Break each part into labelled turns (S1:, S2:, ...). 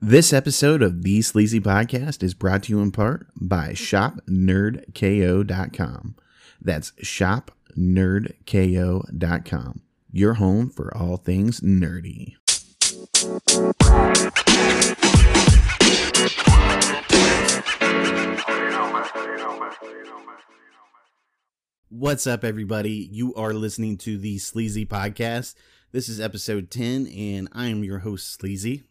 S1: This episode of the Sleazy Podcast is brought to you in part by ShopNerdKO.com. That's ShopNerdKO.com, your home for all things nerdy. What's up, everybody? You are listening to the Sleazy Podcast. This is episode 10, and I am your host, Sleazy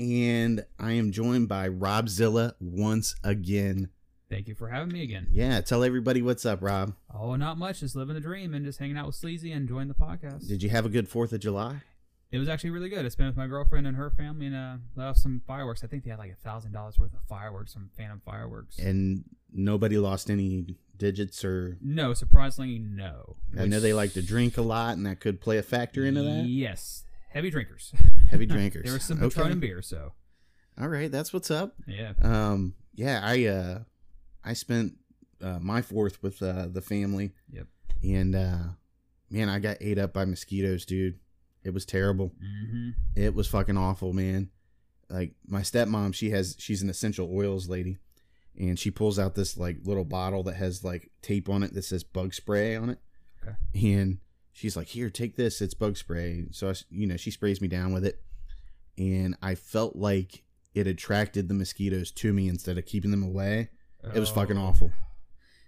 S1: and I am joined by Rob Zilla once again.
S2: Thank you for having me again.
S1: Yeah, tell everybody what's up, Rob.
S2: Oh, not much. Just living the dream and just hanging out with Sleazy and enjoying the podcast.
S1: Did you have a good 4th of July?
S2: it was actually really good. I spent with my girlfriend and her family and uh, let off some fireworks. I think they had like a thousand dollars worth of fireworks, some phantom fireworks.
S1: And nobody lost any digits or.
S2: no, surprisingly, no.
S1: I know they like to drink a lot, and that could play a factor into that.
S2: Yes, heavy drinkers.
S1: Heavy drinkers.
S2: there was some
S1: Okay.
S2: Patron and beer, so
S1: All right, that's what's up.
S2: yeah.
S1: Um, yeah, I uh, I spent uh, my fourth with uh, the family.
S2: Yep.
S1: And uh, man, I got ate up by mosquitoes, dude. It was terrible.
S2: hmm
S1: It was fucking awful, man. Like my stepmom, she has she's an essential oils lady, and she pulls out this like little bottle that has like tape on it that says bug spray on it.
S2: Okay.
S1: And she's like, "Here, take this. It's bug spray." So I, s- you know, she sprays me down with it, and I felt like it attracted the mosquitoes to me instead of keeping them away. It was fucking awful.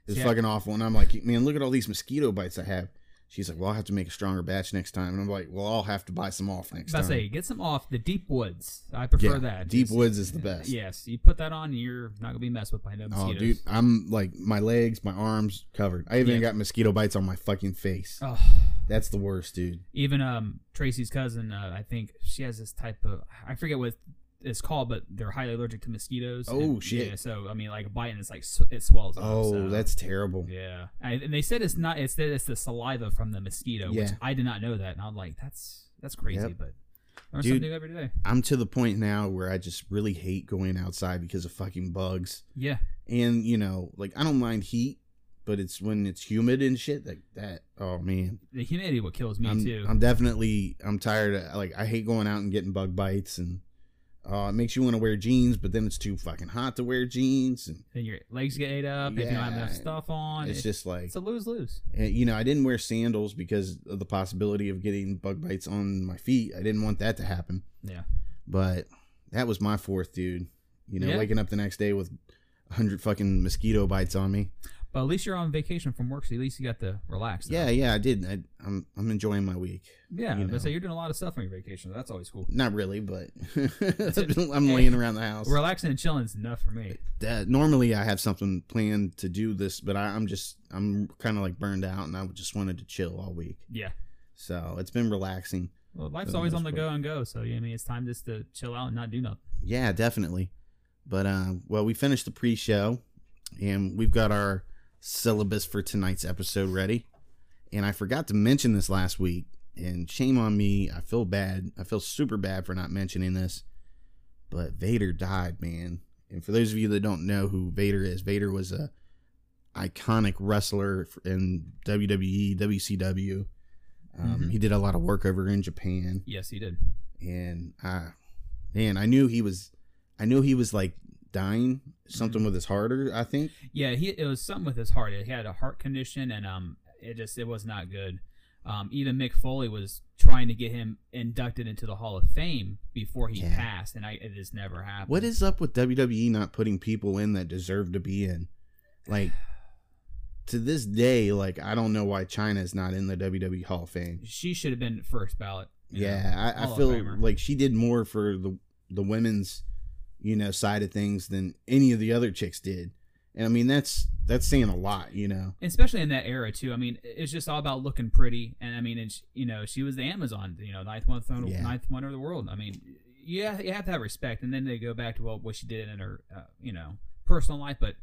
S1: It was
S2: Oh. See, I-
S1: fucking awful. And I'm like, man, look at all these mosquito bites I have. She's like, well, I'll have to make a stronger batch next time. And I'm like, well, I'll have to buy some off next
S2: About
S1: time.
S2: to say, get some off the deep woods. I prefer
S1: Yeah,
S2: that.
S1: Deep
S2: It's-
S1: Woods is the best.
S2: Yes, you put that on, you're not gonna be messed with by no
S1: Oh,
S2: mosquitoes.
S1: dude, I'm like, my legs, my arms covered. I even
S2: Yeah.
S1: got mosquito bites on my fucking face.
S2: Oh.
S1: That's the worst, dude.
S2: even um Tracy's cousin, uh, I think she has this type of I forget what it's called, but they're highly allergic to mosquitoes.
S1: Oh,
S2: And,
S1: shit.
S2: Yeah, so I mean, like a bite and it's like sw- it swells. up,
S1: Oh,
S2: so-
S1: that's terrible.
S2: yeah. I, and they said it's not. It's that it's the saliva from the mosquito, which
S1: Yeah.
S2: I did not know that, and I'm like, that's that's crazy,
S1: Yep.
S2: but learn
S1: Dude.
S2: something new every day.
S1: I'm to the point now where I just really hate going outside because of fucking bugs.
S2: Yeah,
S1: And, you know, like, I don't mind heat, but it's when it's humid and shit like that. Oh, man.
S2: the humidity what kills me
S1: I'm,
S2: too.
S1: I'm definitely I'm tired of like I hate going out and getting bug bites and uh, it makes you want to wear jeans, but then it's too fucking hot to wear jeans and
S2: and your legs get ate up if you don't have
S1: Yeah,
S2: enough stuff on.
S1: it's
S2: it-
S1: just like
S2: it's a lose lose.
S1: uh, you know I didn't wear sandals because of the possibility of getting bug bites on my feet. I didn't want that to happen.
S2: Yeah.
S1: But that was my fourth dude. You know,
S2: Yeah.
S1: waking up the next day with a hundred fucking mosquito bites on me.
S2: But at least you're on vacation from work, so at least you got to relax. though.
S1: Yeah, yeah, I did. I, I'm I'm enjoying my week.
S2: yeah.
S1: you
S2: but
S1: know.
S2: so you're doing a lot of stuff on your vacation. So that's always cool.
S1: Not really, but
S2: it.
S1: I'm laying around the house.
S2: Relaxing and chilling is enough for me.
S1: that normally I have something planned to do this, but I, I'm just I'm kind of like burned out, and I just wanted to chill all week.
S2: Yeah.
S1: So it's been relaxing.
S2: Well,
S1: For
S2: life's
S1: the
S2: always on
S1: most
S2: the go and go. So, you know, what I mean, it's time just to chill out and not do nothing.
S1: Yeah, definitely. But um, well, we finished the pre-show, and we've got our syllabus for tonight's episode ready. And I forgot to mention this last week, and shame on me. I feel bad. I feel super bad for not mentioning this. But Vader died, man. And for those of you that don't know who Vader is, Vader was a iconic wrestler in E, WWE, WCW. Um,
S2: Mhm.
S1: He did a lot of work over in Japan
S2: Yes, he did.
S1: and I, man, I knew he was, I knew he was like dying,
S2: Mm-hmm.
S1: something with his heart, or I think.
S2: Yeah, he it was something with his heart. He had a heart condition and um it just it was not good. Um, even Mick Foley was trying to get him inducted into the Hall of Fame before he
S1: Yeah.
S2: passed, and I it just never happened.
S1: What is up with WWE not putting people in that deserve to be in? Like to this day, like I don't know why China is not in the WWE Hall of Fame.
S2: she should have been first ballot. you know,
S1: Yeah, I,
S2: Hall
S1: I
S2: of
S1: feel
S2: Famer.
S1: like she did more for the the women's, you know, side of things than any of the other chicks did. And I mean that's that's saying a lot, you know.
S2: especially in that era too. I mean, it's just all about looking pretty, and I mean, it's you know, she was the Amazon, you know, ninth one throne,
S1: Yeah.
S2: ninth wonder of the world. I mean, you have, you have to have respect, and then they go back to well, what she did in her, uh, you know, personal life. But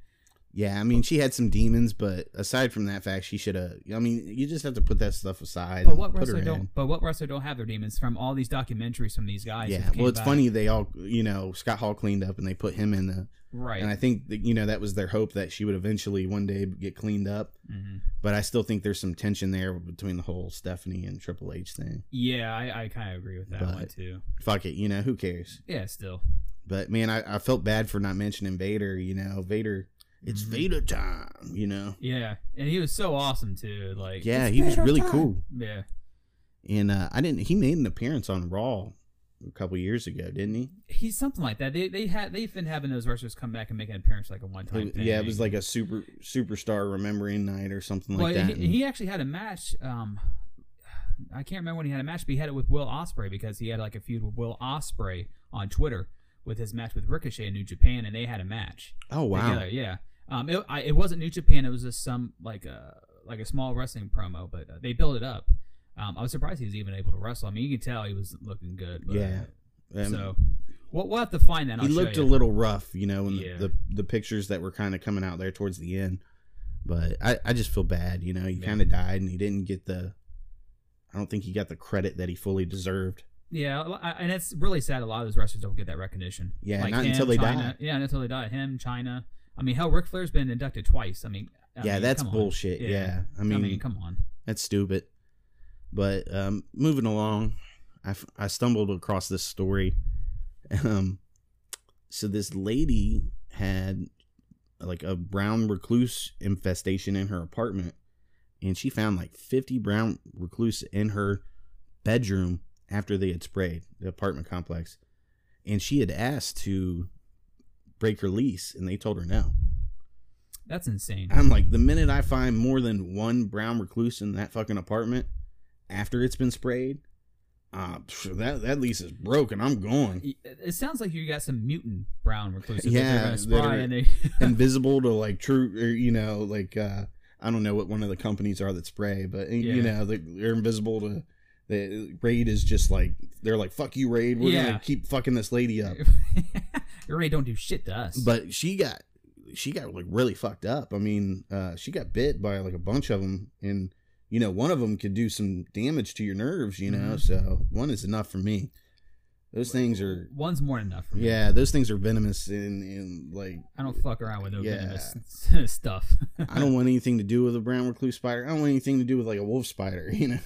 S1: Yeah, I mean, she had some demons, but aside from that fact, she should have. I mean, you just have to put that stuff aside.
S2: but
S1: and
S2: what
S1: put her
S2: wrestler don't?
S1: in.
S2: But what wrestler don't have their demons from all these documentaries from these guys?
S1: Yeah,
S2: who came
S1: well, it's
S2: back.
S1: funny they all, you know, Scott Hall cleaned up and they put him in the.
S2: right?
S1: And I think that, you know that was their hope that she would eventually one day get cleaned up.
S2: Mhm.
S1: But I still think there's some tension there between the whole Stephanie and Triple H thing.
S2: Yeah, I, I kind of agree with that
S1: But-
S2: one too.
S1: Fuck it, you know who cares?
S2: Yeah, still.
S1: But man, I, I felt bad for not mentioning Vader. You know, Vader. It's
S2: Mhm.
S1: Vader time. You know.
S2: Yeah, and he was so awesome too. Like
S1: Yeah, he was really cool.
S2: yeah,
S1: And uh, I didn't. He made an appearance on Raw a couple years ago, didn't he?
S2: he's something like that. They they had they've been having those wrestlers come back and make an appearance like a one time.
S1: yeah, it was like a super superstar remembering night or something
S2: well,
S1: like that.
S2: He, he actually had a match. Um, I can't remember when he had a match, but he had it with Will Osprey because he had like a feud with Will Osprey on Twitter with his match with Ricochet in New Japan, and they had a match.
S1: oh wow.
S2: together, Yeah. Um, it, I, it wasn't New Japan. It was just some like a like a small wrestling promo, but uh, they built it up. Um, I was surprised he was even able to wrestle. I mean, you could tell he was looking good. But, uh,
S1: Yeah. Um,
S2: So we'll, we'll have to find that. and
S1: he
S2: I'll show
S1: looked a
S2: you.
S1: little rough, you know, in the,
S2: Yeah.
S1: the, the pictures that were kind of coming out there towards the end. But I, I just feel bad, you know. He
S2: Yeah.
S1: kind of died, and he didn't get the. I don't think he got the credit that he fully deserved.
S2: Yeah, a lo- I- and it's really sad. A lot of those wrestlers don't get that recognition.
S1: Yeah, not until they
S2: China,
S1: die.
S2: Yeah, not until they die. Him, China. I mean, hell, Ric Flair's been inducted twice. I mean, I
S1: yeah,
S2: mean,
S1: that's
S2: come on.
S1: bullshit. Yeah. I mean,
S2: come on.
S1: that's stupid. But um, moving along, I, f- I stumbled across this story. Um, so this lady had like a brown recluse infestation in her apartment, and she found like 50 brown recluse in her bedroom after they had sprayed the apartment complex. And she had asked to break her lease, and they told her no.
S2: That's insane.
S1: I'm like, the minute I find more than one brown recluse in that fucking apartment after it's been sprayed, uh, pff, that that lease is broken. I'm going.
S2: It- It sounds like you got some mutant brown reclusive.
S1: Yeah,
S2: Yeah,
S1: that
S2: spy
S1: are-
S2: and they.
S1: Invisible to like true, or, you know, like uh, I don't know what one of the companies are that spray, but uh, you
S2: Yeah.
S1: know, they- they're invisible to. The raid is just like they're like fuck you, raid. We're
S2: Yeah.
S1: gonna keep fucking this lady up.
S2: Your raid don't do shit to us.
S1: But she got she got like really fucked up. I mean, uh, she got bit by like a bunch of them, and you know, one of them could do some damage to your nerves. You know,
S2: Mhm.
S1: so one is enough for me. Those things are
S2: one's more than enough. For me.
S1: yeah, those things are venomous, and, and like
S2: I don't fuck around with no
S1: Yeah.
S2: venomous stuff.
S1: I don't want anything to do with a brown recluse spider. I don't want anything to do with like a wolf spider. You know,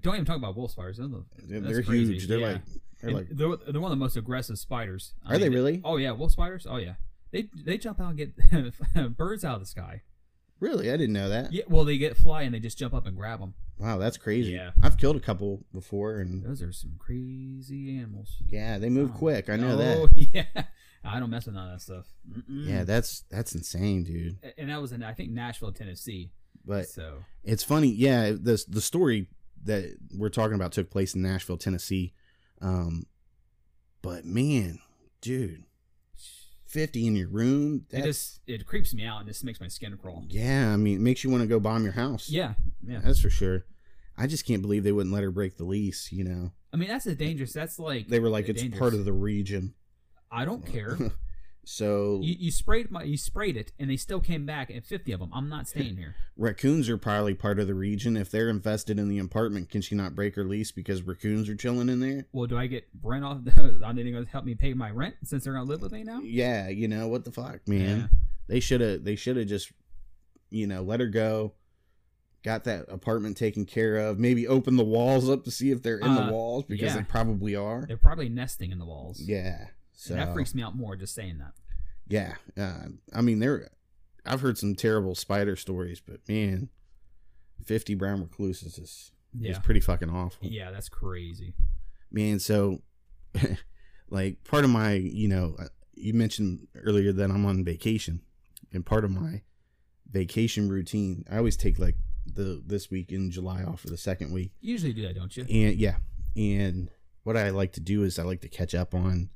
S2: Don't even talk about wolf spiders. They're, the-
S1: they're,
S2: That's
S1: they're
S2: crazy,
S1: huge. They're
S2: yeah.
S1: like they're like
S2: they're, they're one of the most aggressive spiders. I
S1: are they
S2: mean,
S1: really
S2: Oh yeah, wolf spiders. Oh yeah, they they jump out and get birds out of the sky.
S1: really? I didn't know that.
S2: Yeah, well they get fly and they just jump up and grab them.
S1: Wow, that's crazy.
S2: Yeah.
S1: I've killed a couple before, and
S2: Those are some crazy animals.
S1: yeah, they move
S2: Oh.
S1: quick. I know that.
S2: Oh yeah, I don't mess with none of that stuff. Mm-mm.
S1: Yeah, that's that's insane, dude.
S2: A- and that was in I think Nashville, Tennessee.
S1: But
S2: so
S1: it's funny, yeah. The the story that we're talking about took place in Nashville, Tennessee. Um, but man, dude, fifty in your room.
S2: it
S1: That's,
S2: just it creeps me out and just makes my skin crawl.
S1: yeah, I mean, it makes you want to go bomb your house.
S2: Yeah, yeah.
S1: that's for sure. I just can't believe they wouldn't let her break the lease. You know,
S2: I mean, that's a dangerous. That's like
S1: they were like, it's part of the region.
S2: I don't care.
S1: so
S2: you, you sprayed my. You sprayed it, and they still came back and fifty of them. I'm not staying here.
S1: raccoons are probably part of the region. If they're infested in the apartment, can she not break her lease because raccoons are chilling in there?
S2: Well, do I get rent off? The, are they going to help me pay my rent since they're going to live with me now?
S1: Yeah, you know what the fuck, man.
S2: Yeah.
S1: They should have. They should have just, you know, let her go. Got that apartment taken care of. Maybe open the walls up to see if they're in
S2: Uh,
S1: the walls because
S2: yeah.
S1: they probably are.
S2: They're probably nesting in the walls.
S1: Yeah. So
S2: And that freaks me out more just saying that.
S1: yeah, uh, I mean, there. I've heard some terrible spider stories, but man, fifty brown recluses is is
S2: Yeah.
S1: pretty fucking awful.
S2: Yeah, that's crazy.
S1: man so like part of my you know uh, you mentioned earlier that i'm on vacation and part of my vacation routine i always take like the this week in july off for the second week
S2: You usually do that, don't you?
S1: and yeah and what i like to do is i like to catch up on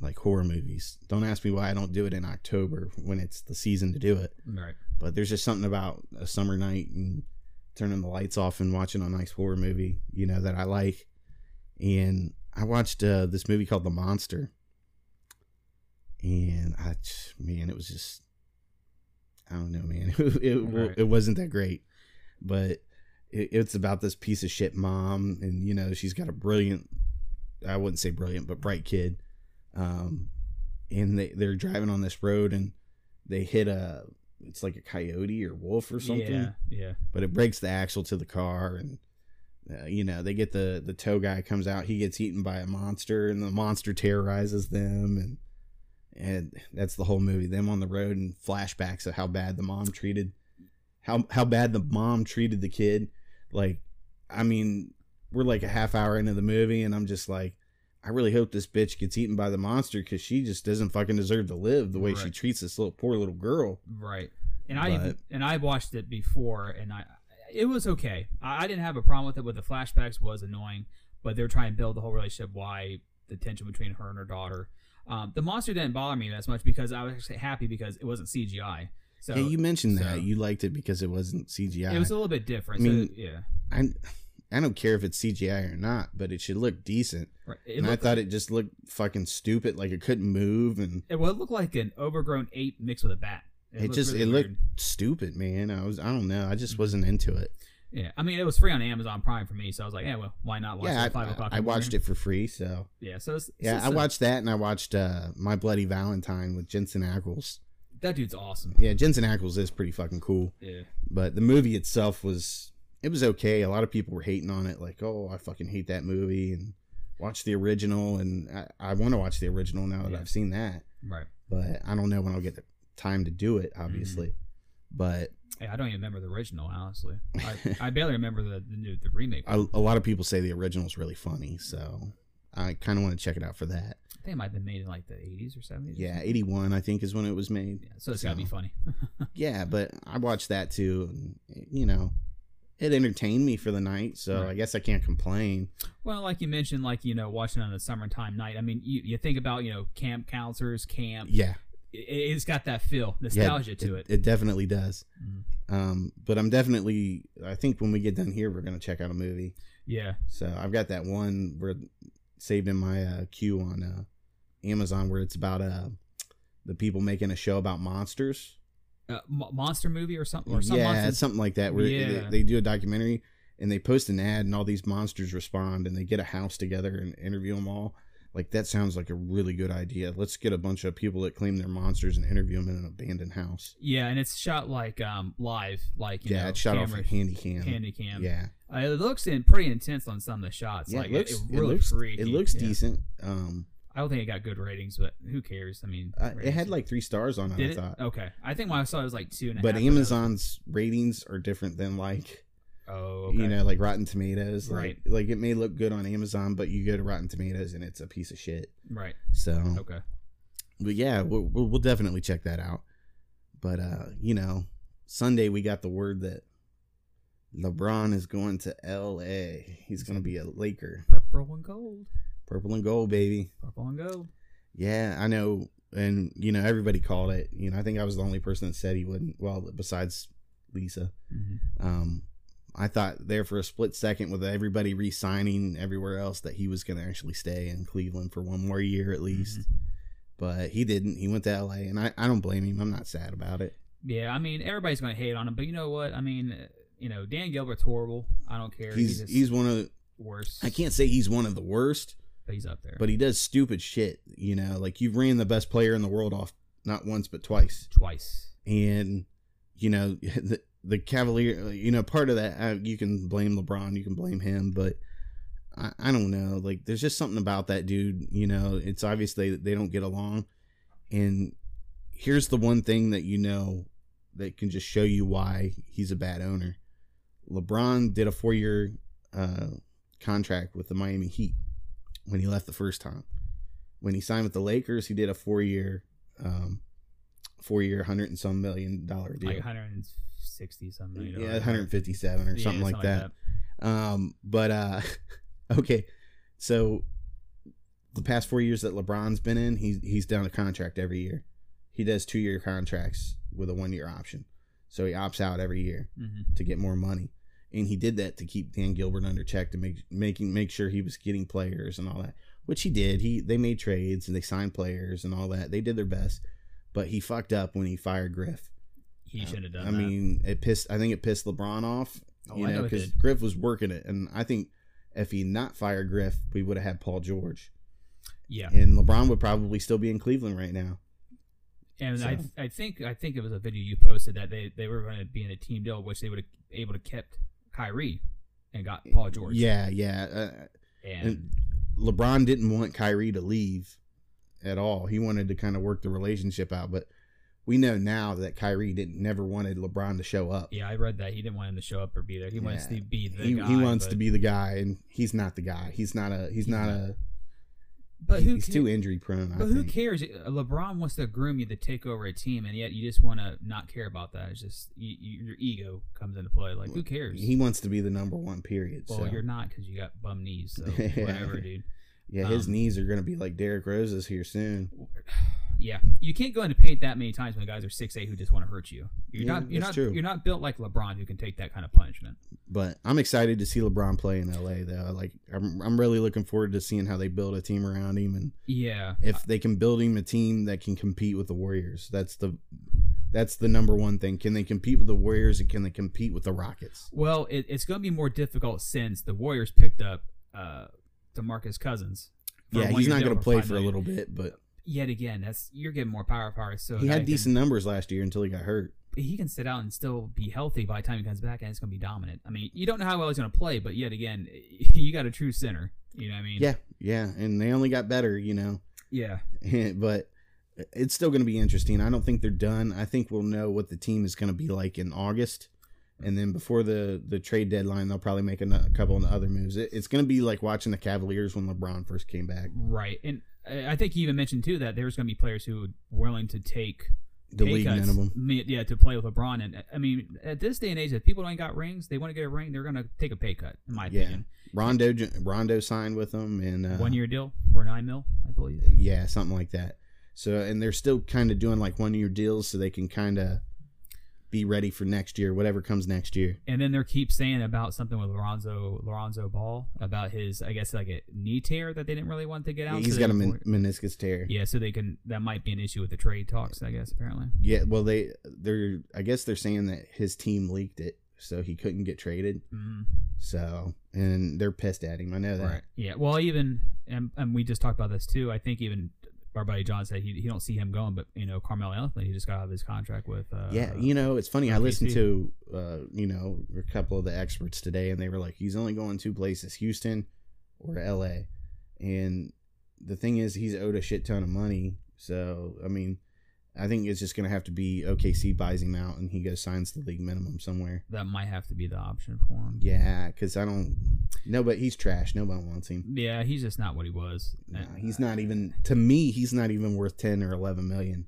S1: like horror movies don't ask me why i don't do it in october when it's the season to do it
S2: Right.
S1: but there's just something about a summer night and turning the lights off and watching a nice horror movie, you know, that I like. And I watched uh, this movie called The Monster, and I, just- man, it was just, I don't know, man, it it,
S2: Right.
S1: it wasn't that great, but it, it's about this piece of shit mom, and you know, she's got a brilliant, I wouldn't say brilliant, but bright kid, um, and they they're driving on this road and they hit a it's like a coyote or wolf or something
S2: Yeah. Yeah.
S1: but it breaks the axle to the car and uh, you know, they get the the toe guy comes out, he gets eaten by a monster, and the monster terrorizes them, and and that's the whole movie. Them on the road and flashbacks of how bad the mom treated, how how bad the mom treated the kid. Like, I mean, we're like a half hour into the movie, and I'm just like, I really hope this bitch gets eaten by the monster because she just doesn't fucking deserve to live the way she
S2: Right.
S1: treats this little poor little girl.
S2: Right. And I
S1: But-
S2: and I watched it before, and I it was okay. I, I didn't have a problem with it. But the flashbacks was annoying, but they're trying to build the whole relationship. Why the tension between her and her daughter? Um, the monster didn't bother me as much because I was actually happy because it wasn't CGI. So
S1: yeah, you mentioned
S2: so-
S1: that you liked it because it wasn't CGI.
S2: it was a little bit different.
S1: I mean-
S2: so, yeah.
S1: I I don't care if it's CGI or not, but it should look decent.
S2: Right. It
S1: and I
S2: looked-
S1: thought it just looked fucking stupid, like it couldn't move and
S2: it, well, it looked like an overgrown ape mixed with a bat.
S1: it,
S2: looked
S1: just
S2: really
S1: it
S2: weird.
S1: looked stupid, man. I was I don't know, I
S2: Mm-hmm.
S1: just wasn't into it.
S2: Yeah, I mean, it was free on Amazon Prime for me, so I was like, yeah, well, why not watch it
S1: yeah,
S2: at
S1: I,
S2: five o'clock?
S1: I, I watched it for free, so
S2: Yeah, so it's, it's
S1: yeah,
S2: just
S1: I
S2: a-
S1: watched that and I watched uh My Bloody Valentine with Jensen Ackles.
S2: that dude's awesome.
S1: Yeah, Jensen Ackles is pretty fucking cool,
S2: Yeah,
S1: but the movie itself was it was okay. A lot of people were hating on it, like, oh, I fucking hate that movie and watch the original, and I, I want to watch the original now that
S2: Yeah.
S1: I've seen that.
S2: right.
S1: but I don't know when I'll get the time to do it, obviously.
S2: Mm-hmm.
S1: But
S2: Hey, I don't even remember the original, honestly. I, I barely remember the the, new, the remake. I,
S1: a, a lot of people say the original's really funny, so I kind of want to check it out for that.
S2: think it might have been made in like the eighties or seventies.
S1: Yeah, 81, I think, is when it was made.
S2: yeah. So it's gotta be
S1: So-
S2: funny.
S1: Yeah, but I watched that too, and, you know, it entertained me for the night, so
S2: Right.
S1: I guess I can't complain.
S2: Well, like you mentioned, like you know, watching on a summertime night. I mean, you, you think about you know camp counselors, camp.
S1: Yeah,
S2: It, has got that feel, Um, nostalgia to it.
S1: it definitely does.
S2: Mhm.
S1: Um, but I'm definitely, I think when we get done here, we're going to check out a movie.
S2: Yeah,
S1: So I've got that one where saved in my uh, queue on uh, Amazon where it's about uh, the people making a show about monsters.
S2: uh, mo- monster movie or something or some
S1: yeah,
S2: monster.
S1: something like that where
S2: Yeah.
S1: they, they do a documentary and they post an ad and all these monsters respond and they get a house together and interview them all. Like that sounds like a really good idea. Let's get a bunch of people that claim they're monsters and interview them in an abandoned house.
S2: Yeah, and it's shot like um live, like you
S1: yeah,
S2: know,
S1: it shot off
S2: camera-
S1: a handy cam.
S2: handy cam.
S1: Yeah,
S2: Uh, it looks in pretty intense on some of the shots.
S1: yeah.
S2: like
S1: it looks,
S2: it,
S1: it,
S2: really
S1: looks,
S2: freaky.
S1: it looks
S2: Yeah.
S1: decent. Um,
S2: I don't think it got good ratings, but who cares? I mean,
S1: uh, it
S2: ratings-
S1: had like three stars on it.
S2: did
S1: I
S2: it?
S1: thought.
S2: Okay, I think when I saw it, it was like two and a half.
S1: but
S2: of those.
S1: Amazon's ratings are different than like
S2: Oh, okay.
S1: you know like Rotten Tomatoes. Like,
S2: Right.
S1: Like it may look good on Amazon, but you go to Rotten Tomatoes and it's a piece of shit.
S2: right?
S1: So,
S2: Okay.
S1: but yeah, we'll, we'll we'll definitely check that out. But uh, you know, Sunday we got the word that LeBron is going to L.A. He's gonna be a Laker,
S2: Purple and gold.
S1: purple and gold, baby.
S2: Purple and gold.
S1: Yeah, I know. And you know, everybody called it. You know, I think I was the only person that said he wouldn't. Well, besides Lisa.
S2: hmm
S1: Um, I thought there for a split second with everybody re-signing everywhere else that he was going to actually stay in Cleveland for one more year
S2: Mm-hmm.
S1: at least. But he didn't. He went to LA, and I, I don't blame him. I'm not sad about it.
S2: Yeah, I mean, everybody's gonna hate on him, but you know what? I mean, uh, you know, Dan Gilbert's horrible. I don't care.
S1: He's
S2: just
S1: he's one of the,
S2: worse.
S1: I can't say he's one of the worst,
S2: But he's up there.
S1: but he does stupid shit. You know, like you've ran the best player in the world off not once but twice,
S2: twice.
S1: and you know the the Cavalier. You know, part of that uh, you can blame LeBron, you can blame him, but I, I don't know. Like, there's just something about that dude. You know, it's obvious they, they don't get along. And here's the one thing that you know that can just show you why he's a bad owner. LeBron did a four year uh, contract with the Miami Heat when he left the first time. When he signed with the Lakers, he did a four year, um, four year, hundred and some million dollar deal.
S2: Like 160 something. you know,
S1: yeah,
S2: like-
S1: 157 or
S2: Yeah,
S1: something like that. Um, but uh, okay, so the past four years that LeBron's been in, he's he's done a contract every year. He does two year contracts with a one year option, so he opts out every year
S2: Mhm.
S1: to get more money. And he did that to keep Dan Gilbert under check to make making make sure he was getting players and all that, which he did. He they made trades and they signed players and all that. They did their best, but he fucked up when he fired Griff.
S2: He
S1: Uh,
S2: shouldn't have done
S1: I
S2: that.
S1: mean, it pissed. I think it pissed LeBron off.
S2: Oh,
S1: you know,
S2: I know it
S1: because
S2: did.
S1: Griff was working it, and I think if he not fired Griff, we would have had Paul George,
S2: yeah.
S1: and LeBron would probably still be in Cleveland right now.
S2: And I,
S1: So-
S2: I think I think it was a video you posted that they, they were going to be in a team deal, which they would have able to kept Kyrie and got Paul George.
S1: Yeah, yeah. Uh,
S2: and
S1: and LeBron didn't want Kyrie to leave at all. He wanted to kind of work the relationship out, but we know now that Kyrie didn't never wanted LeBron to show up.
S2: yeah, I read that he didn't want him to show up or be there. He wants
S1: Yeah.
S2: to be the
S1: he,
S2: guy.
S1: he wants
S2: but,
S1: to be the guy, and he's not the guy. He's not a. He's not a.
S2: But
S1: he-
S2: who?
S1: he's
S2: ca-
S1: too injury prone. I
S2: But who
S1: think.
S2: cares? LeBron wants to groom you to take over a team, and yet you just want to not care about that. It's just you, you, your ego comes into play. Like who cares?
S1: He wants to be the number one. Period.
S2: well,
S1: so
S2: you're not because you got bum knees. So
S1: Yeah.
S2: whatever, dude.
S1: yeah, his
S2: um,
S1: knees are gonna be like Derrick Rose's here soon.
S2: Yeah, you can't go into paint that many times when guys are six eight who just want to hurt you. You're
S1: Yeah,
S2: not. You're
S1: that's
S2: not.
S1: true.
S2: You're not built like LeBron who can take that kind of punishment.
S1: But I'm excited to see LeBron play in LA though. Like I'm, I'm really looking forward to seeing how they build a team around him and
S2: Yeah.
S1: if they can build him a team that can compete with the Warriors. That's the that's the number one thing. Can they compete with the Warriors and can they compete with the Rockets?
S2: Well, it, it's going to be more difficult since the Warriors picked up uh, DeMarcus Cousins. for
S1: Yeah,
S2: a
S1: he's
S2: one-year
S1: not
S2: deal
S1: going to play
S2: five
S1: for a
S2: million.
S1: little bit, but
S2: Yet again, that's you're getting more power power. So
S1: he
S2: now
S1: had
S2: you can-
S1: decent numbers last year until he got hurt.
S2: he can sit out and still be healthy by the time he comes back, and it's going to be dominant. I mean, you don't know how well he's going to play, but yet again, you got a true center. You know what I mean?
S1: Yeah, yeah, and they only got better, you know.
S2: Yeah.
S1: but it's still going to be interesting. I don't think they're done. I think we'll know what the team is going to be like in August, and then before the the trade deadline, they'll probably make ano- a couple of other moves. It, it's going to be like watching the Cavaliers when LeBron first came back.
S2: Right. And I I think you even mentioned too that there's going to be players who were willing to take
S1: The
S2: pay
S1: league
S2: cuts,
S1: minimum.
S2: me- Yeah, to play with LeBron. And I mean, at this day and age, if people ain't got rings, they want to get a ring, they're going to take a pay cut. In my
S1: Yeah.
S2: opinion,
S1: Rondo j- Rondo signed with them, and uh,
S2: one year deal for nine mil, I believe.
S1: yeah, something like that. So, and they're still kind of doing like one year deals, so they can kind of be ready for next year, whatever comes next year.
S2: And then they are keep saying about something with Lorenzo Lorenzo Ball about his, I guess, like a knee tear that they didn't really want to get out.
S1: He's
S2: so
S1: got a
S2: they-
S1: men- meniscus tear.
S2: Yeah, so they can. That might be an issue with the trade talks, I guess. Apparently,
S1: Yeah, well they they're I guess they're saying that his team leaked it, so he couldn't get traded.
S2: mm,
S1: So and they're pissed at him. I know that.
S2: Yeah. Well, even and, and we just talked about this too. I think even our buddy John said he, he don't see him going, but you know Carmelo Anthony he just got out of his contract with. Uh,
S1: yeah, you know it's funny. I
S2: RPC.
S1: listened to uh, you know a couple of the experts today, and they were like, he's only going two places: Houston or L.A. And the thing is, he's owed a shit ton of money. So I mean, I think it's just gonna have to be OKC buys him out, and he goes signs the league minimum somewhere.
S2: that might have to be the option for him.
S1: Yeah, because I don't. No, but he's trash. Nobody wants him.
S2: Yeah, he's just not what he was.
S1: No,
S2: And,
S1: he's
S2: uh,
S1: not even to me. He's not even worth ten or eleven million,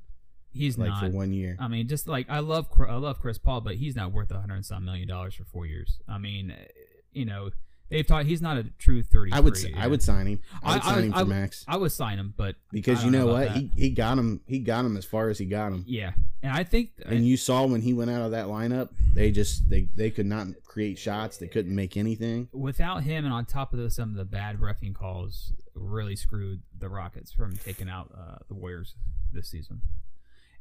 S2: He's
S1: like
S2: not.
S1: for one year.
S2: I mean, just like I love, Chr- I love Chris Paul, but he's not worth a hundred and some million dollars for four years. I mean, eh, you know, they've taught he's not a true thirty.
S1: I would, s I would sign him. I would
S2: I- I
S1: sign
S2: would-
S1: him for
S2: I would-
S1: max
S2: I would sign him, but
S1: because
S2: I
S1: you
S2: don't
S1: know
S2: know
S1: what
S2: about
S1: he, he got him. He got him as far as he got him.
S2: yeah, and I think
S1: And you saw when he went out of that lineup, they just they they could not create shots. They couldn't make anything.
S2: without him and on top of the, some of the bad refing calls really screwed the rockets from taking out uh, the warriors this season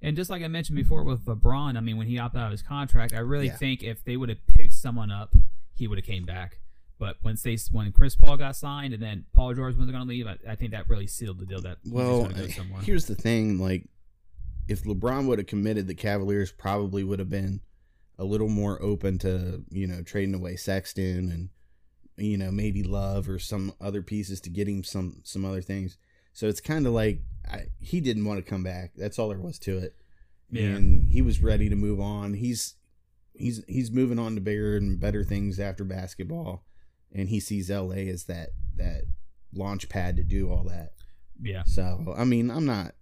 S2: and just like i mentioned before with lebron i mean when he opted out of his contract i really
S1: Yeah.
S2: think if they would have picked someone up he would have came back but once they when chris paul got signed and then paul george wasn't going to leave I, I think that really sealed the deal that he's just
S1: Well, eh,
S2: gonna go somewhere.
S1: here's the thing: like, if LeBron would have committed, the Cavaliers probably would have been a little more open to you know trading away Sexton and you know maybe Love or some other pieces to get him some some other things. So it's kind of like I, he didn't want to come back. That's all there was to it.
S2: Yeah.
S1: And he was ready to move on. He's he's he's moving on to bigger and better things after basketball, and he sees LA as that that launch pad to do all that.
S2: yeah
S1: So I mean, I'm not,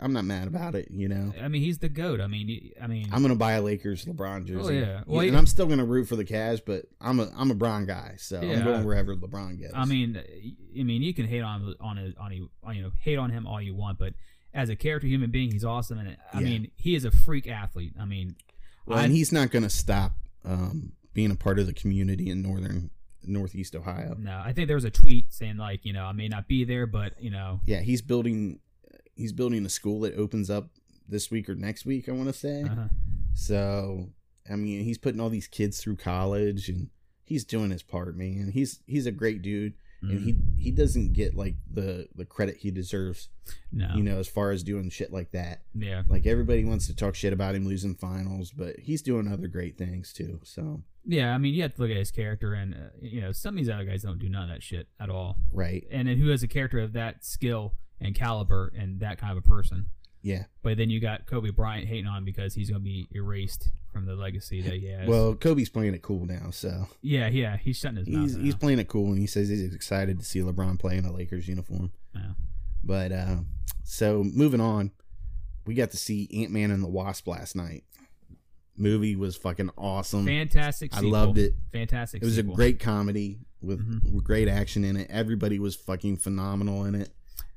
S1: I'm not mad about it. You know,
S2: i mean he's the goat i mean he- i mean
S1: I'm gonna buy a Lakers LeBron jersey.
S2: Oh, yeah. Well,
S1: and
S2: yeah.
S1: I'm still gonna root for the Cavs, but I'm a I'm a Bron guy, so I'm
S2: Yeah.
S1: going wherever LeBron goes.
S2: I mean, y- I mean, you can hate on on his, on you on, you know hate on him all you want, but as a character human being, he's awesome, and I
S1: Yeah.
S2: mean, he is a freak athlete. I mean,
S1: Well,
S2: I-
S1: and he's not gonna stop um, being a part of the community in northern northeast Ohio.
S2: no, I think there was a tweet saying like, you know, I may not be there, but you know,
S1: Yeah, he's building, he's building a school that opens up this week or next week. I want to say.
S2: uh,
S1: So I mean, he's putting all these kids through college, and he's doing his part, man. He's he's a great dude, and
S2: Mm-hmm.
S1: he he doesn't get like the the credit he deserves.
S2: no,
S1: You know, as far as doing shit like that.
S2: yeah,
S1: Like everybody wants to talk shit about him losing finals, but he's doing other great things too. So
S2: yeah. I mean, you have to look at his character, and uh, you know, some of these other guys don't do none of that shit at all.
S1: right,
S2: And then who has a character of that skill and caliber and that kind of a person?
S1: yeah.
S2: But then you got Kobe Bryant hating on him because he's going to be erased from the legacy that he has.
S1: Well, Kobe's playing it cool now, so
S2: yeah, yeah, he's shutting his mouth.
S1: he's
S2: now.
S1: he's playing it cool, and he says he's excited to see LeBron play in a Lakers uniform.
S2: Yeah.
S1: But uh, so moving on, we got to see Ant Man and the Wasp last night. Movie was fucking awesome.
S2: fantastic.
S1: I
S2: sequel.
S1: loved it.
S2: Fantastic.
S1: It was a
S2: sequel. Mm-hmm.
S1: great comedy with with great action in it. Everybody was fucking phenomenal in it.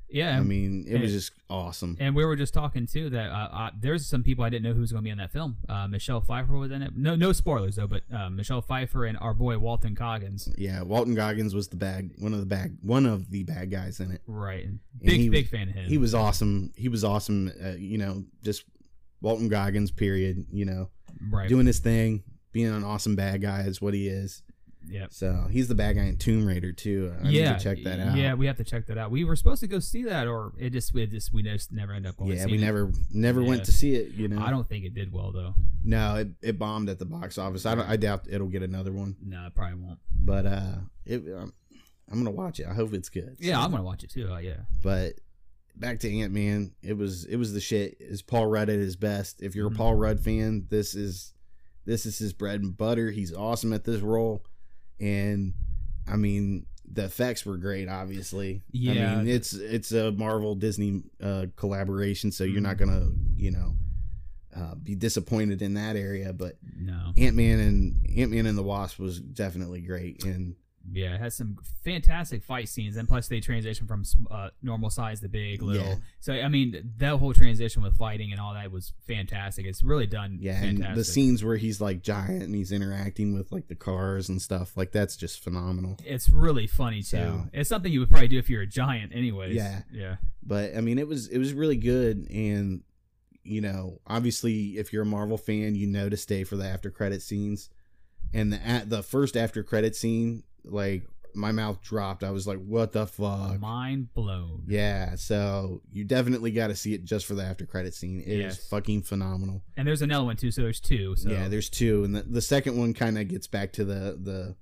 S2: Yeah,
S1: I mean, it was
S2: and-
S1: just awesome.
S2: and we were just talking too that uh, uh, there's some people I didn't know who was going to be in that film. Uh, Michelle Pfeiffer was in it. No, no spoilers though. But uh, Michelle Pfeiffer and our boy Walton Coggins.
S1: Yeah, Walton Goggins was the bad one of the bad one of the bad guys in it.
S2: Right. and
S1: And
S2: Big
S1: he
S2: big
S1: was-
S2: fan of him.
S1: He was awesome. He was awesome. Uh, you know, just Walton Goggins. Period. You know,
S2: right.
S1: doing his thing, being an awesome bad guy is what he is.
S2: yeah.
S1: So he's the bad guy in Tomb Raider too. I
S2: yeah.
S1: need to check that out.
S2: Yeah, we have to check that out. We were supposed to go see that, or it just we just we just never end up going. to
S1: Yeah,
S2: see
S1: we
S2: it.
S1: never never
S2: Yeah.
S1: went to see it. You know,
S2: I don't think it did well though.
S1: No, it, it bombed at the box office. I don't. I doubt it'll get another one.
S2: No, it probably won't.
S1: But uh, it, um, I'm gonna watch it. I hope it's good.
S2: Yeah, I'm gonna watch it too. Uh, yeah.
S1: But back to Ant Man. It was it was the shit. Is Paul Rudd at his best? If you're a
S2: Mhm.
S1: Paul Rudd fan, this is this is his bread and butter. He's awesome at this role, and I mean the effects were great. Obviously, I
S2: Yeah.
S1: mean it's it's a Marvel Disney uh, collaboration, so you're
S2: Mm-hmm.
S1: not gonna you know uh, be disappointed in that area, but.
S2: No.
S1: Ant Man and Ant Man and the Wasp was definitely great, and
S2: Yeah, it has some fantastic fight scenes, and plus they transition from sm- uh, normal size to big, little.
S1: Yeah.
S2: So I mean, that whole transition with fighting and all that was fantastic. It's really done.
S1: yeah,
S2: fantastic.
S1: and the scenes where he's like giant and he's interacting with like the cars and stuff like that's just phenomenal.
S2: It's really funny too.
S1: So-
S2: It's something you would probably do if you're a giant, anyways.
S1: Yeah.
S2: yeah,
S1: But I mean, it was it was really good, and you know, obviously, if you're a Marvel fan, you know to stay for the after credit scenes, and the at the first after credit scene, like my mouth dropped. I was like, what the fuck.
S2: mind blown.
S1: yeah, so you definitely got to see it just for the after credit scene. It is
S2: Yes.
S1: fucking phenomenal.
S2: And there's another one too. So there's two. So
S1: Yeah, there's two, and the, the second one kind of gets back to the the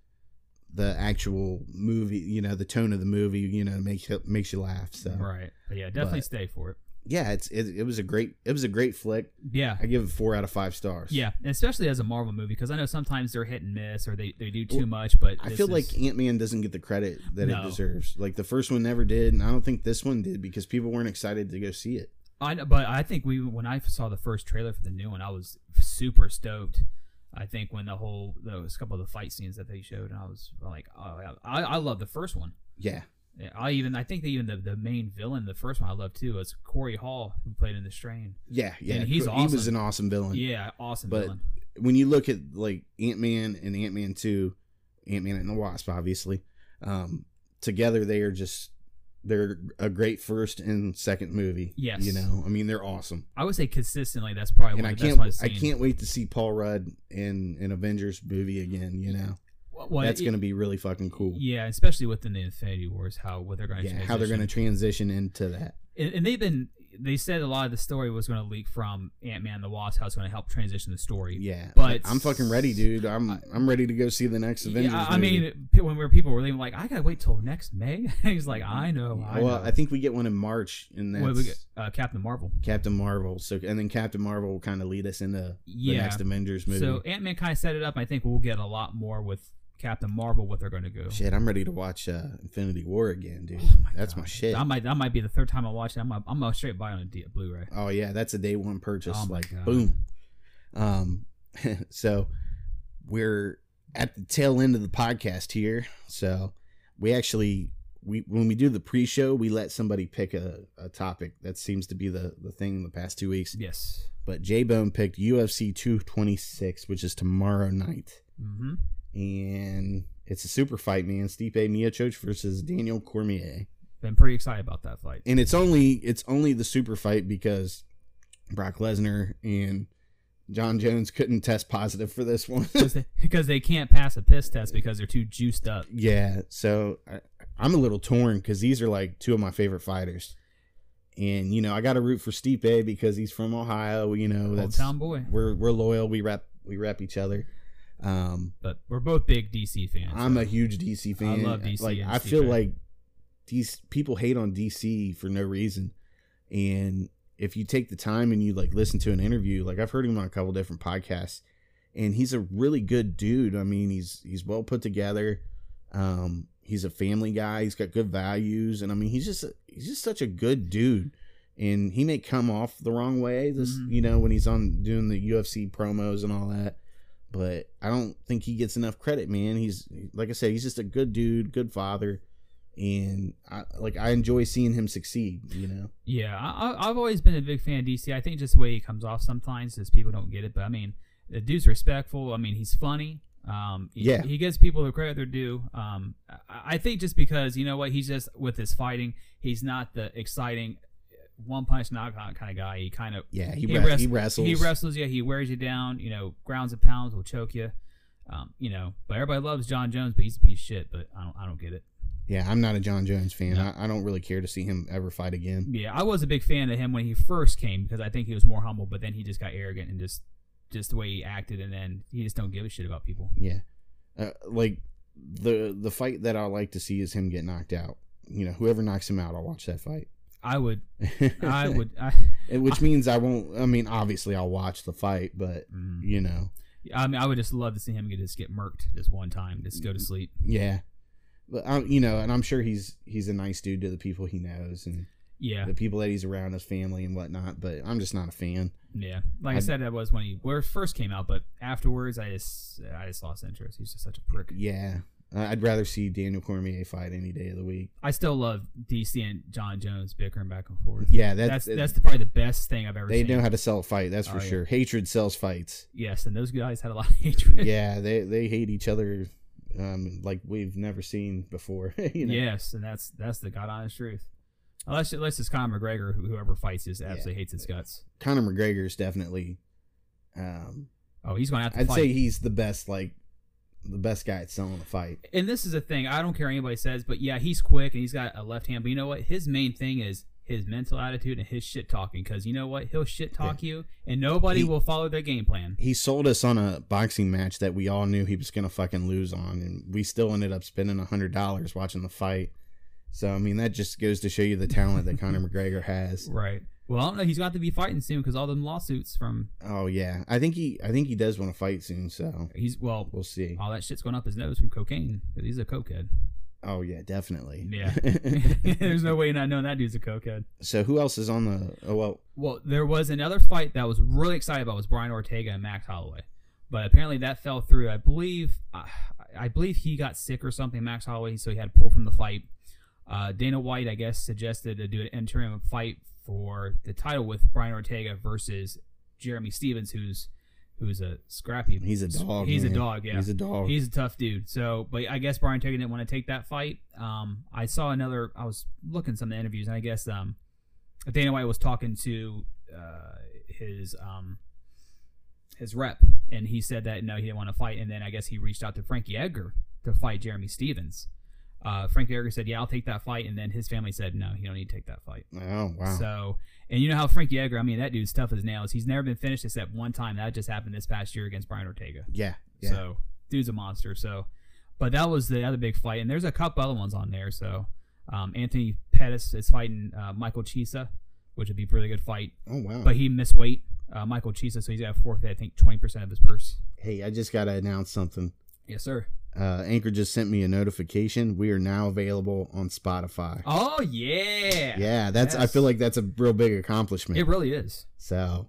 S1: the actual movie. You know, the tone of the movie. You know, makes you- makes you laugh. So
S2: right. But yeah, definitely
S1: uh, But-
S2: stay for it.
S1: yeah, it's it, it was a great it was a great flick.
S2: Yeah.
S1: I give it four out of five stars.
S2: Yeah, and especially as a Marvel movie, because I know sometimes they're hit and miss or they, they do too
S1: Well,
S2: much. But
S1: I
S2: this
S1: feel
S2: is-
S1: like Ant Man doesn't get the credit that
S2: No.
S1: it deserves. Like the first one never did, and I don't think this one did because people weren't excited to go see it.
S2: I know, but I think we when I saw the first trailer for the new one, I was super stoked. I think when the whole those couple of the fight scenes that they showed, and I was like, oh, yeah. I I love the first one.
S1: Yeah,
S2: Yeah, I even I think that even the, the main villain, the first one I love too, is Corey Hall who played in The Strain.
S1: yeah, yeah.
S2: And he's
S1: he was
S2: awesome.
S1: an awesome villain.
S2: Yeah, awesome
S1: But-
S2: villain.
S1: when you look at like Ant Man and Ant Man Two, Ant Man and the Wasp, obviously, um, together they are just they're a great first and second movie.
S2: Yes.
S1: you know, I mean they're awesome,
S2: I would say consistently that's probably
S1: and
S2: one
S1: I
S2: of the best
S1: can't
S2: ones
S1: I
S2: I've seen.
S1: can't wait to see Paul Rudd in an Avengers movie again. You know,
S2: Well, well,
S1: that's
S2: it-
S1: gonna be really fucking cool.
S2: Yeah, especially within the Infinity Wars, how what they're going to
S1: Yeah, how they're gonna transition into that.
S2: and, and they've been they said a lot of the story was going to leak from Ant Man the Wasp, how it's going to help transition the story.
S1: Yeah,
S2: But-
S1: I'm fucking ready, dude. I'm I'm ready to go see the next Avengers.
S2: yeah, I
S1: movie.
S2: mean, pe- when we were people were leaving, like, I gotta wait till next May. He's like, I know. I
S1: well,
S2: know.
S1: I think we get one in March, and that's
S2: What did we get? Uh, Captain Marvel.
S1: Captain Marvel. So and then Captain Marvel will kind of lead us into the
S2: Yeah.
S1: next Avengers movie.
S2: So Ant Man kind of set it up. I think we'll get a lot more with Captain Marvel. What they're going to go.
S1: shit, I'm ready to watch uh, Infinity War again, dude.
S2: Oh
S1: that's my shit.
S2: I might that might be the third time I watch it. I'm a, I'm gonna straight buy it on a D- Blu-ray.
S1: oh yeah, that's a day one purchase.
S2: Oh, my
S1: like
S2: God.
S1: boom. Um, so we're at the tail end of the podcast here. So we actually we when we do the pre-show, we let somebody pick a, a topic. That seems to be the the thing the past two weeks.
S2: Yes.
S1: But J Bone picked UFC 226, which is tomorrow night.
S2: Mm-hmm.
S1: and it's a super fight, man. Stipe Miocic versus Daniel Cormier,
S2: Been pretty excited about that fight.
S1: and it's only it's only the super fight because Brock Lesnar and John Jones couldn't test positive for this one.
S2: Because they, 'cause they can't pass a piss test because they're too juiced up.
S1: yeah, so I, I'm a little torn because these are like two of my favorite fighters, and you know I got to root for Stipe because he's from Ohio. You know that's
S2: hometown boy.
S1: we're we're loyal. We rep we rep each other. Um,
S2: But we're both big DC fans.
S1: I'm
S2: so.
S1: a huge DC fan.
S2: love DC
S1: Like
S2: and
S1: I feel
S2: Stipe.
S1: like these people hate on DC for no reason, and if you take the time and you like listen to an interview, like I've heard him on a couple different podcasts, and he's a really good dude. I mean, he's he's well put together. Um, he's a family guy. He's got good values, and I mean, he's just he's just such a good dude. And he may come off the wrong way, this
S2: Mhm.
S1: you know, when he's on doing the UFC promos and all that. But I don't think he gets enough credit, man. He's like I said, he's just a good dude, good father, and I like I enjoy seeing him succeed. You know,
S2: Yeah, I, I- I've always been a big fan of DC. I think just the way he comes off sometimes is people don't get it. But I mean, the dude's respectful. I mean, he's funny. Um, he-
S1: Yeah.
S2: he gives people the credit they're due. Um, I, I think just because you know what, he's just with his fighting, he's not the exciting one punch knockout kind of guy. He kind of
S1: yeah, he
S2: He
S1: wres-
S2: wrest-
S1: he wrestles.
S2: he wrestles you. He wears you down. You know, grounds and pounds will choke you. Um, you know, but everybody loves John Jones, but he's a piece of shit. But I don't, I don't get it.
S1: Yeah, I'm not a John Jones fan.
S2: No.
S1: I, I don't really care to see him ever fight again.
S2: Yeah, I was a big fan of him when he first came because I think he was more humble, but then he just got arrogant and just just the way he acted, and then he just don't give a shit about people.
S1: Yeah, uh, like the the fight that I like to see is him get knocked out. You know, whoever knocks him out, I'll watch that fight.
S2: I would, I would, I,
S1: And Which means I won't. I mean, obviously, I'll watch the fight, but
S2: mm,
S1: you know,
S2: I mean, I would just love to see him get just get murked this one time, just
S1: Mm-hmm.
S2: go to sleep.
S1: yeah. But I'm, you know, and I'm sure he's he's a nice dude to the people he knows and
S2: Yeah,
S1: the people that he's around, his family and whatnot. But I'm just not a fan.
S2: yeah. Like I,
S1: I-
S2: said, that was when he where it first came out, but afterwards, I just, I just lost interest. He's just such a prick.
S1: Yeah, I- I'd rather see Daniel Cormier fight any day of the week.
S2: I still love DC and John Jones bickering back and forth.
S1: Yeah,
S2: That's
S1: that's
S2: that's probably the best thing I've ever
S1: they
S2: seen.
S1: know how to sell a fight. That's for
S2: Oh, yeah.
S1: sure. Hatred sells fights.
S2: yes, and those guys had a lot of hatred.
S1: yeah, they they hate each other um like we've never seen before. you know?
S2: Yes, and that's that's the god honest truth. Unless unless it's Conor McGregor, who- whoever fights just absolutely hates its guts.
S1: Conor McGregor is definitely um
S2: Oh, he's going to have to
S1: I'd
S2: fight.
S1: say he's the best like the best guy at selling a fight.
S2: and this is the thing. I don't care what anybody says, but yeah, he's quick and he's got a left hand. But you know what? His main thing is his mental attitude and his shit talking. Because you know what? He'll shit talk you, and nobody
S1: He-
S2: will follow their game plan.
S1: He sold us on a boxing match that we all knew he was gonna fucking lose on and we still ended up spending a hundred dollars watching the fight. So I mean that just goes to show you the talent that Conor McGregor has.
S2: Right. Well, I don't know. He's got to be fighting soon because all them lawsuits from
S1: Oh yeah. I think he I think he does want to fight soon, so
S2: he's well,
S1: we'll see.
S2: all that shit's going up his nose from cocaine. 'cause He's a cokehead.
S1: Oh yeah, definitely.
S2: Yeah. There's no way not knowing that dude's a cokehead.
S1: So who else is on the? Oh well,
S2: Well, there was another fight that I was really excited about was Brian Ortega and Max Holloway, but apparently that fell through. I believe, I, I believe he got sick or something, Max Holloway, so he had to pull from the fight. Uh, Dana White, I guess, suggested to do an interim fight for the title with Brian Ortega versus Jeremy Stevens, who's who's a scrappy.
S1: he's a dog.
S2: He's
S1: man.
S2: a dog. Yeah,
S1: He's a dog.
S2: He's a tough dude. So, but I guess Brian Ortega didn't want to take that fight. Um, I saw another. I was looking some of the interviews, and I guess um, Dana White was talking to uh, his um, his rep, and he said that no, he didn't want to fight. And then I guess he reached out to Frankie Edgar to fight Jeremy Stevens. Uh, Frankie Edgar said, "Yeah, I'll take that fight," and then his family said, "No, you don't need to take that fight."
S1: oh wow.
S2: So, and you know how Frankie Edgar, I mean, that dude's tough as nails. He's never been finished except one time. That just happened this past year against Brian Ortega.
S1: yeah. Yeah.
S2: So dude's a monster. So, but that was the other big fight, and there's a couple other ones on there. So, um, Anthony Pettis is fighting uh, Michael Chisa, which would be a really good fight,
S1: oh wow.
S2: but he missed weight. Uh, Michael Chisa, so he's got to forfeit I think twenty percent of his purse.
S1: hey, I just gotta announce something.
S2: Yes, sir.
S1: Uh, Anchor just sent me a notification. We are now available on Spotify.
S2: Oh yeah,
S1: yeah, that's. I
S2: yes.
S1: feel like that's a real big accomplishment.
S2: It really is.
S1: so,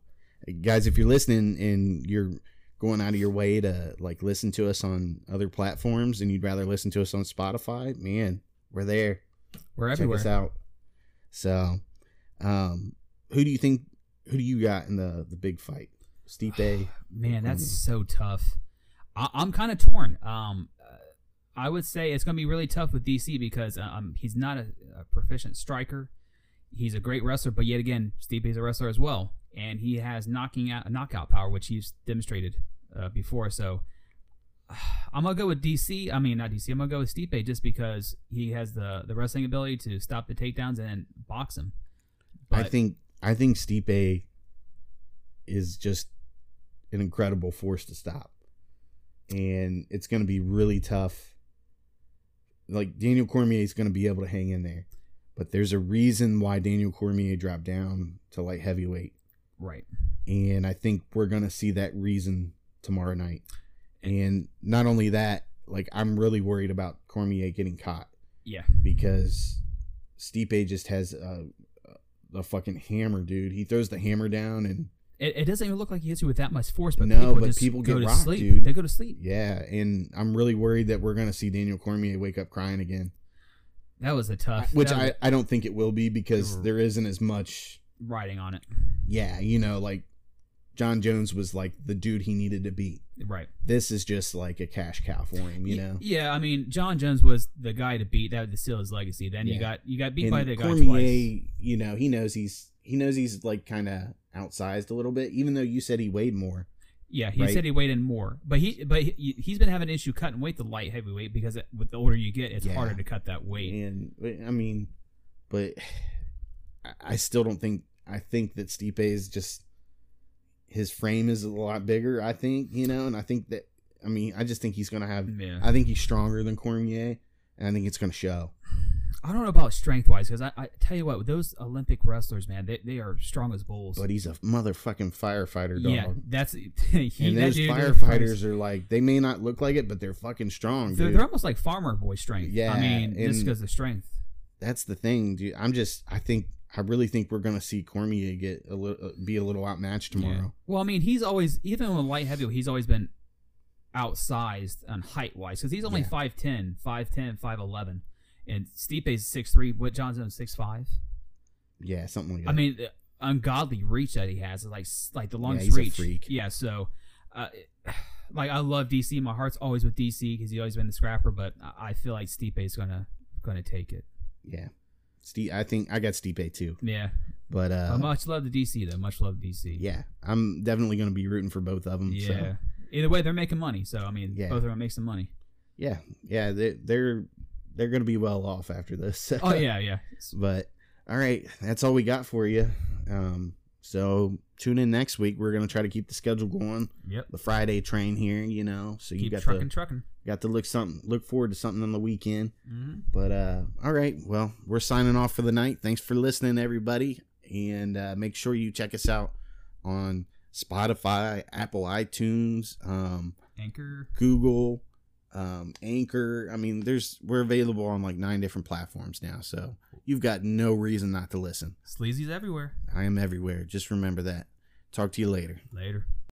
S1: guys, if you're listening and you're going out of your way to like listen to us on other platforms, and you'd rather listen to us on Spotify, man, we're there.
S2: We're
S1: check
S2: everywhere.
S1: us out. So, um, who do you think? Who do you got in the the big fight? Stipe.
S2: Man, that's
S1: Mhm.
S2: so tough. I, I'm kind of torn. Um, uh, I would say it's going to be really tough with DC because um, he's not a, a proficient striker. He's a great wrestler, but yet again, Stipe is a wrestler as well, and he has knocking out knockout power, which he's demonstrated uh, before. So I'm gonna go with DC. I mean, not DC. I'm gonna go with Stipe just because he has the the wrestling ability to stop the takedowns and box him.
S1: I think I think Stipe is just an incredible force to stop, and it's going to be really tough. Like Daniel Cormier is going to be able to hang in there, but there's a reason why Daniel Cormier dropped down to light heavyweight,
S2: right.
S1: and I think we're going to see that reason tomorrow night. And not only that, like I'm really worried about Cormier getting caught
S2: Yeah.
S1: because Stipe just has a, a fucking hammer, dude. He throws the hammer down and
S2: It, it doesn't even look like he hits you with that much force, but
S1: No,
S2: people
S1: but
S2: just
S1: people
S2: go
S1: get
S2: to
S1: rocked,
S2: sleep.
S1: dude.
S2: They go to sleep.
S1: yeah, and I'm really worried that we're gonna see Daniel Cormier wake up crying again,
S2: That was a tough.
S1: which
S2: that was
S1: I I don't think it will be because there isn't as much.
S2: riding on it.
S1: Yeah, you know, like John Jones was like the dude he needed to beat.
S2: Right.
S1: This is just like a cash cow for him, you
S2: Y-
S1: know.
S2: Yeah, I mean, John Jones was the guy to beat. That would seal his legacy. Then
S1: Yeah.
S2: you got you got beat
S1: And
S2: by the guy
S1: Cormier,
S2: twice.
S1: you know, he knows he's he knows he's like kind of outsized a little bit, even though you said he weighed more.
S2: Yeah, he
S1: right?
S2: said he weighed in more, but he but he, he's been having an issue cutting weight the light heavyweight because it, with the older you get, it's
S1: Yeah.
S2: harder to cut that weight.
S1: And I mean, but I- I still don't think I think that Stipe is just his frame is a lot bigger. I think you know, and I think that I mean I just think he's gonna have.
S2: Yeah.
S1: I think he's stronger than Cormier, and I think it's gonna show.
S2: I don't know about strength wise because I, I tell you what, those Olympic wrestlers, man, they, they are strong as bulls.
S1: But he's a motherfucking firefighter dog.
S2: yeah, that's he,
S1: and
S2: that
S1: those
S2: dude-
S1: firefighters are like they may not look like it, but they're fucking strong,
S2: They're,
S1: dude.
S2: they're almost like farmer boy strength.
S1: Yeah,
S2: I mean, just
S1: and-
S2: because of strength.
S1: That's the thing, dude. I'm just I think I really think we're gonna see Cormier get a little be a little outmatched tomorrow.
S2: Yeah. Well, I mean, he's always even with light heavyweight, he's always been outsized on height wise because he's only
S1: Yeah.
S2: 5'10", 5'10", 5'11". and Stipe's six three. What Johnson six five.
S1: Yeah, something like that.
S2: I mean, the ungodly reach that he has is like s- like the longest
S1: he's a
S2: reach.
S1: freak.
S2: Yeah, so uh, like I love DC. My heart's always with DC because he's always been the scrapper, but I- I feel like Stipe's gonna gonna take it.
S1: Yeah. Steve, I think I got Stipe too.
S2: Yeah,
S1: But
S2: But
S1: uh,
S2: much love to DC though. Much love to DC.
S1: yeah, I'm definitely going to be rooting for both of them.
S2: yeah.
S1: So,
S2: Either way, they're making money. So I mean,
S1: Yeah.
S2: both of them make some money.
S1: yeah, yeah, they, they're they're going to be well off after this.
S2: Oh yeah, yeah.
S1: but all right, that's all we got for you. Um, so tune in next week. We're going to try to keep the schedule going.
S2: Yep.
S1: The Friday train here, you know. So you
S2: Keep
S1: got
S2: trucking,
S1: to
S2: trucking.
S1: got to look something look forward to something on the weekend.
S2: Mm-hmm.
S1: But uh, all right, well, we're signing off for the night. Thanks for listening, everybody, and uh, make sure you check us out on Spotify, Apple iTunes, um,
S2: Anchor.
S1: Google, um, Anchor. I mean, there's we're available on like nine different platforms now, so you've got no reason not to listen.
S2: Sleazy's everywhere.
S1: I am everywhere. Just remember that. Talk to you later.
S2: Later.